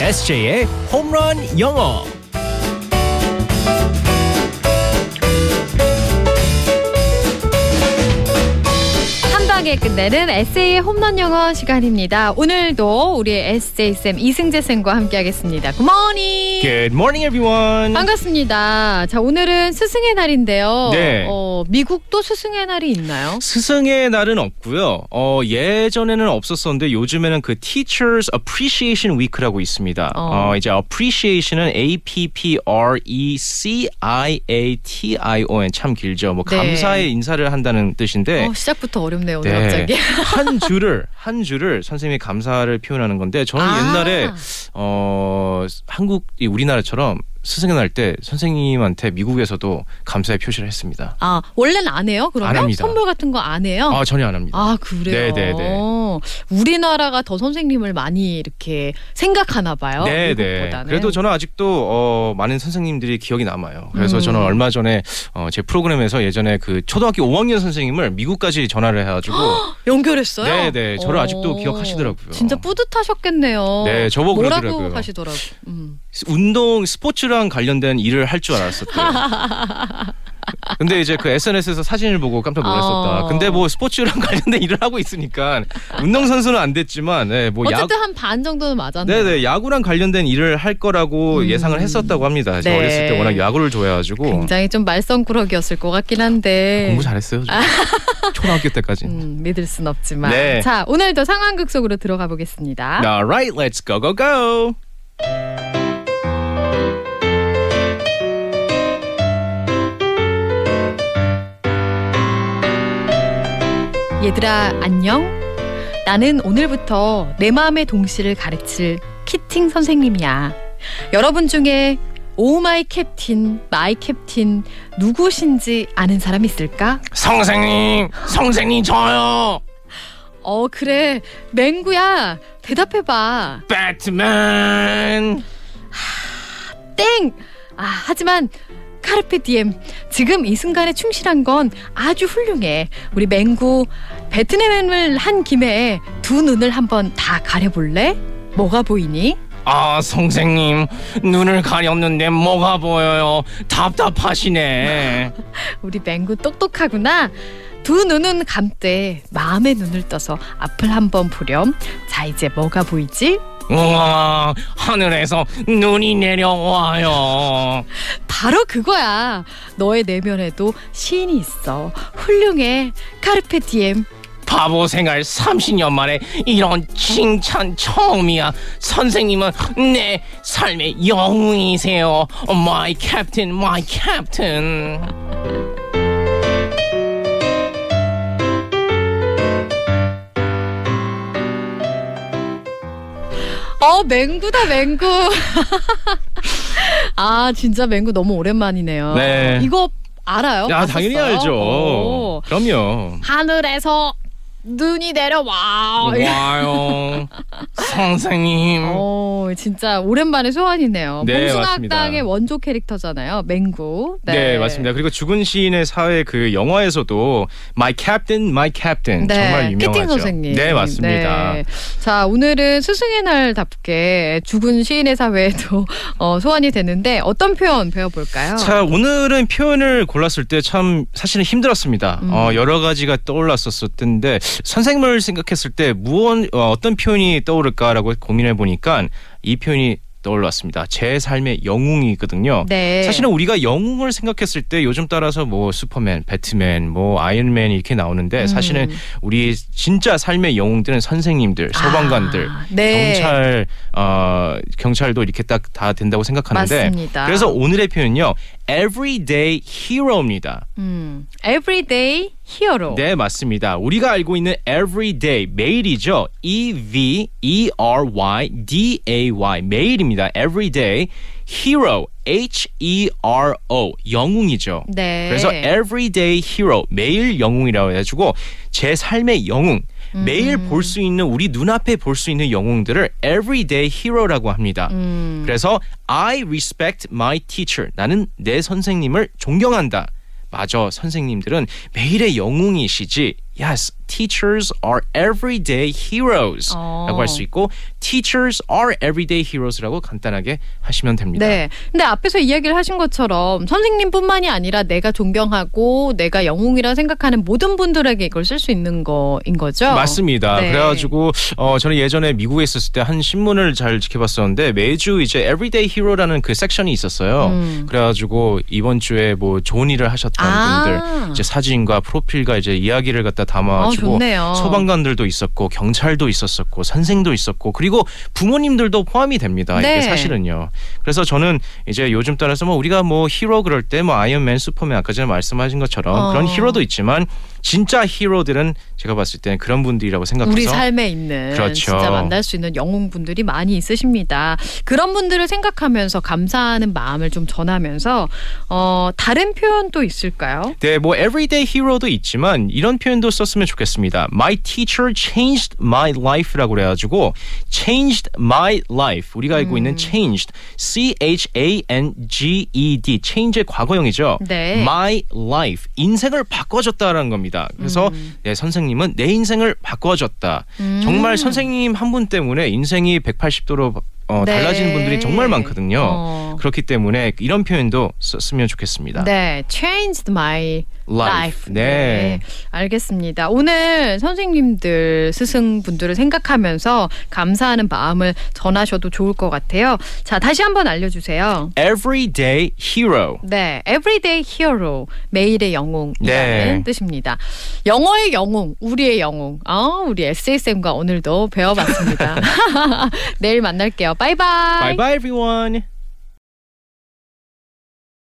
SJ의 홈런 영어. 한 방에 끝내는 에세이의 홈런 영어 시간입니다. 오늘도 우리 에세이 쌤 이승재 쌤과 함께하겠습니다. 굿모닝. Good morning, everyone. 반갑습니다. 자 오늘은 스승의 날인데요. 네. 어, 미국도 스승의 날이 있나요? 스승의 날은 없고요. 어, 예전에는 없었었는데 요즘에는 그 Teachers Appreciation Week라고 있습니다. 어. 어, 이제 Appreciation은 A P P R E C I A T I O N 참 길죠. 뭐 네. 감사의 인사를 한다는 뜻인데 어, 시작부터 어렵네요 오늘 네. 갑자기. 한 줄을 한 줄을 선생님이 감사를 표현하는 건데 저는 아. 옛날에 어 한국 이 우리나라처럼 스승의 날 때 선생님한테 미국에서도 감사의 표시를 했습니다. 아 원래는 안 해요? 그러면 안 합니다. 선물 같은 거 안 해요? 아 전혀 안 합니다. 아 그래요. 네네네. 우리나라가 더 선생님을 많이 이렇게 생각하나 봐요. 네, 네. 아, 미국보다는. 그래도 저는 아직도 어, 많은 선생님들이 기억이 남아요. 그래서 음. 저는 얼마 전에 어, 제 프로그램에서 예전에 그 초등학교 5학년 선생님을 미국까지 전화를 해가지고 아. 연결했어요. 네, 네. 저를 어. 아직도 기억하시더라고요. 진짜 뿌듯하셨겠네요. 네, 저보고 뭐라고 그러더라고요. 하시더라고. 음. 운동 스포츠랑 관련된 일을 할 줄 알았었대요. 근데 이제 그 SNS에서 사진을 보고 깜짝 놀랐었다. 어. 근데 뭐 스포츠랑 관련된 일을 하고 있으니까 운동 선수는 안 됐지만, 네, 뭐 야구, 어쨌든 한 반 정도는 맞았네요. 네네 야구랑 관련된 일을 할 거라고 음. 예상을 했었다고 합니다. 제가 네. 어렸을 때 워낙 야구를 좋아해가지고 굉장히 좀 말썽꾸러기였을 것 같긴 한데. 뭐. 아, 공부 잘했어요. 저. 초등학교 때까지. 음, 믿을 순 없지만. 네. 자, 오늘도 상황극 속으로 들어가 보겠습니다. Alright, let's go go go. 얘들아, 안녕. 나는 오늘부터 내 마음의 동시를 가르칠 키팅 선생님이야. 여러분 중에 오 마이 캡틴, 마이 캡틴 누구신지 아는 사람 있을까? 선생님, 선생님 저요. 어 그래 맹구야 대답해봐 배트맨. 땡! 아 하지만 카르페 디엠 지금 이 순간에 충실한 건 아주 훌륭해 우리 맹구 베트남을 한 김에 두 눈을 한번 다 가려볼래? 뭐가 보이니? 아 선생님 눈을 가렸는데 뭐가 보여요 답답하시네 우리 맹구 똑똑하구나 두 눈은 감때 마음의 눈을 떠서 앞을 한번 보렴 자 이제 뭐가 보이지? 우와 하늘에서 눈이 내려와요 바로 그거야. 너의 내면에도 시인이 있어. 훌륭해. 카르페 디엠. 바보 생활 30년 만에 이런 칭찬 처음이야 선생님은 내 삶의 영웅이세요 마이 캡틴 마이 캡틴 어, 맹구다, 맹구. 아, 진짜 맹구 너무 오랜만이네요. 네. 이거 알아요? 야 봤었어요? 당연히 알죠 오. 그럼요 하늘에서 눈이 내려와. 음. 와요 선생님 어, 진짜 오랜만에 소환이네요. 네, 봉숭아학당의 맞습니다. 원조 캐릭터잖아요. 맹구. 네. 맞습니다. 그리고 죽은 시인의 사회 그 영화에서도 My Captain, My Captain 정말 유명하죠. 캐팅 네. 선생님. 네 맞습니다. 네. 자 오늘은 스승의 날답게 죽은 시인의 사회에도 어, 소환이 되는데 어떤 표현 배워볼까요? 자 오늘은 표현을 골랐을 때 참 사실은 힘들었습니다. 음. 어, 여러 가지가 떠올랐었었는데 선생님을 생각했을 때 무언 어, 어떤 표현이 떠오를까라고 고민해 보니까 이 표현이 떠올랐습니다. 제 삶의 영웅이거든요. 네. 사실은 우리가 영웅을 생각했을 때 요즘 따라서 뭐 슈퍼맨, 배트맨, 뭐 아이언맨 이렇게 나오는데 음. 사실은 우리 진짜 삶의 영웅들은 선생님들, 소방관들, 아, 네. 경찰, 어, 경찰도 이렇게 딱 다 된다고 생각하는데 맞습니다. 그래서 오늘의 표현요 everyday hero입니다. 음, everyday hero. 네 맞습니다. 우리가 알고 있는 everyday 매일이죠. E V E R Y D A Y 매일입니다. everyday hero H E R O 영웅이죠. 네. 그래서 everyday hero 매일 영웅이라고 해가지고 제 삶의 영웅 매일 음. 볼 수 있는 우리 눈앞에 볼 수 있는 영웅들을 everyday hero라고 합니다. 음. 그래서 I respect my teacher. 나는 내 선생님을 존경한다. 맞아, 선생님들은 매일의 영웅이시지. Yes, teachers are everyday heroes. 어. 라고 할 수 있고 teachers are everyday heroes라고 간단하게 하시면 됩니다. 네. 근데 앞에서 이야기를 하신 것처럼 선생님뿐만이 아니라 내가 존경하고 내가 영웅이라 생각하는 모든 분들에게 이걸 쓸 수 있는 거인 거죠. 맞습니다. 네. 그래가지고 어, 저는 예전에 미국에 있었을 때 한 신문을 잘 지켜봤었는데 매주 이제 Everyday Hero라는 그 섹션이 있었어요. 음. 그래가지고 이번 주에 뭐 좋은 일을 하셨던 분들 아. 이제 사진과 프로필과 이제 이야기를 갖다 어, 담아주고 좋네요. 소방관들도 있었고 경찰도 있었었고 선생도 있었고 그리고 부모님들도 포함이 됩니다. 네. 이게 사실은요. 그래서 저는 이제 요즘 따라서 뭐 우리가 뭐 히로 그럴 때 뭐 아이언맨, 슈퍼맨 아까 전에 말씀하신 것처럼 어. 그런 히로도 있지만 진짜 히로들은 제가 봤을 때는 그런 분들이라고 생각해서 우리 삶에 있는 그렇죠. 진짜 만날 수 있는 영웅분들이 많이 있으십니다. 그런 분들을 생각하면서 감사하는 마음을 좀 전하면서 어, 다른 표현도 있을까요? 네, 뭐 everyday hero도 있지만 이런 표현도 썼으면 좋겠습니다. My teacher changed my life라고 그래가지고 changed my life 우리가 알고 음. 있는 changed, c h a n g e d change의 과거형이죠. 네. My life 인생을 바꿔줬다라는 겁니다. 그래서 음. 네, 선생님은 내 인생을 바꿔줬다. 정말 선생님 한 분 때문에 인생이 180도로 어, 네. 달라지는 분들이 정말 많거든요. 어. 그렇기 때문에 이런 표현도 썼으면 좋겠습니다. 네, changed my life. Life. 네. 알겠습니다. 오늘 선생님들 스승분들을 생각하면서 감사하는 마음을 전하셔도 좋을 것 같아요. 자, 다시 한번 알려주세요. everyday hero. 네, everyday hero, 매일의 영웅이라는 네. 뜻입니다. 영어의 영웅, 우리의 영웅. 어, 우리 SSM과 오늘도 배워봤습니다. 내일 만날게요. Bye 바이바이. bye, everyone.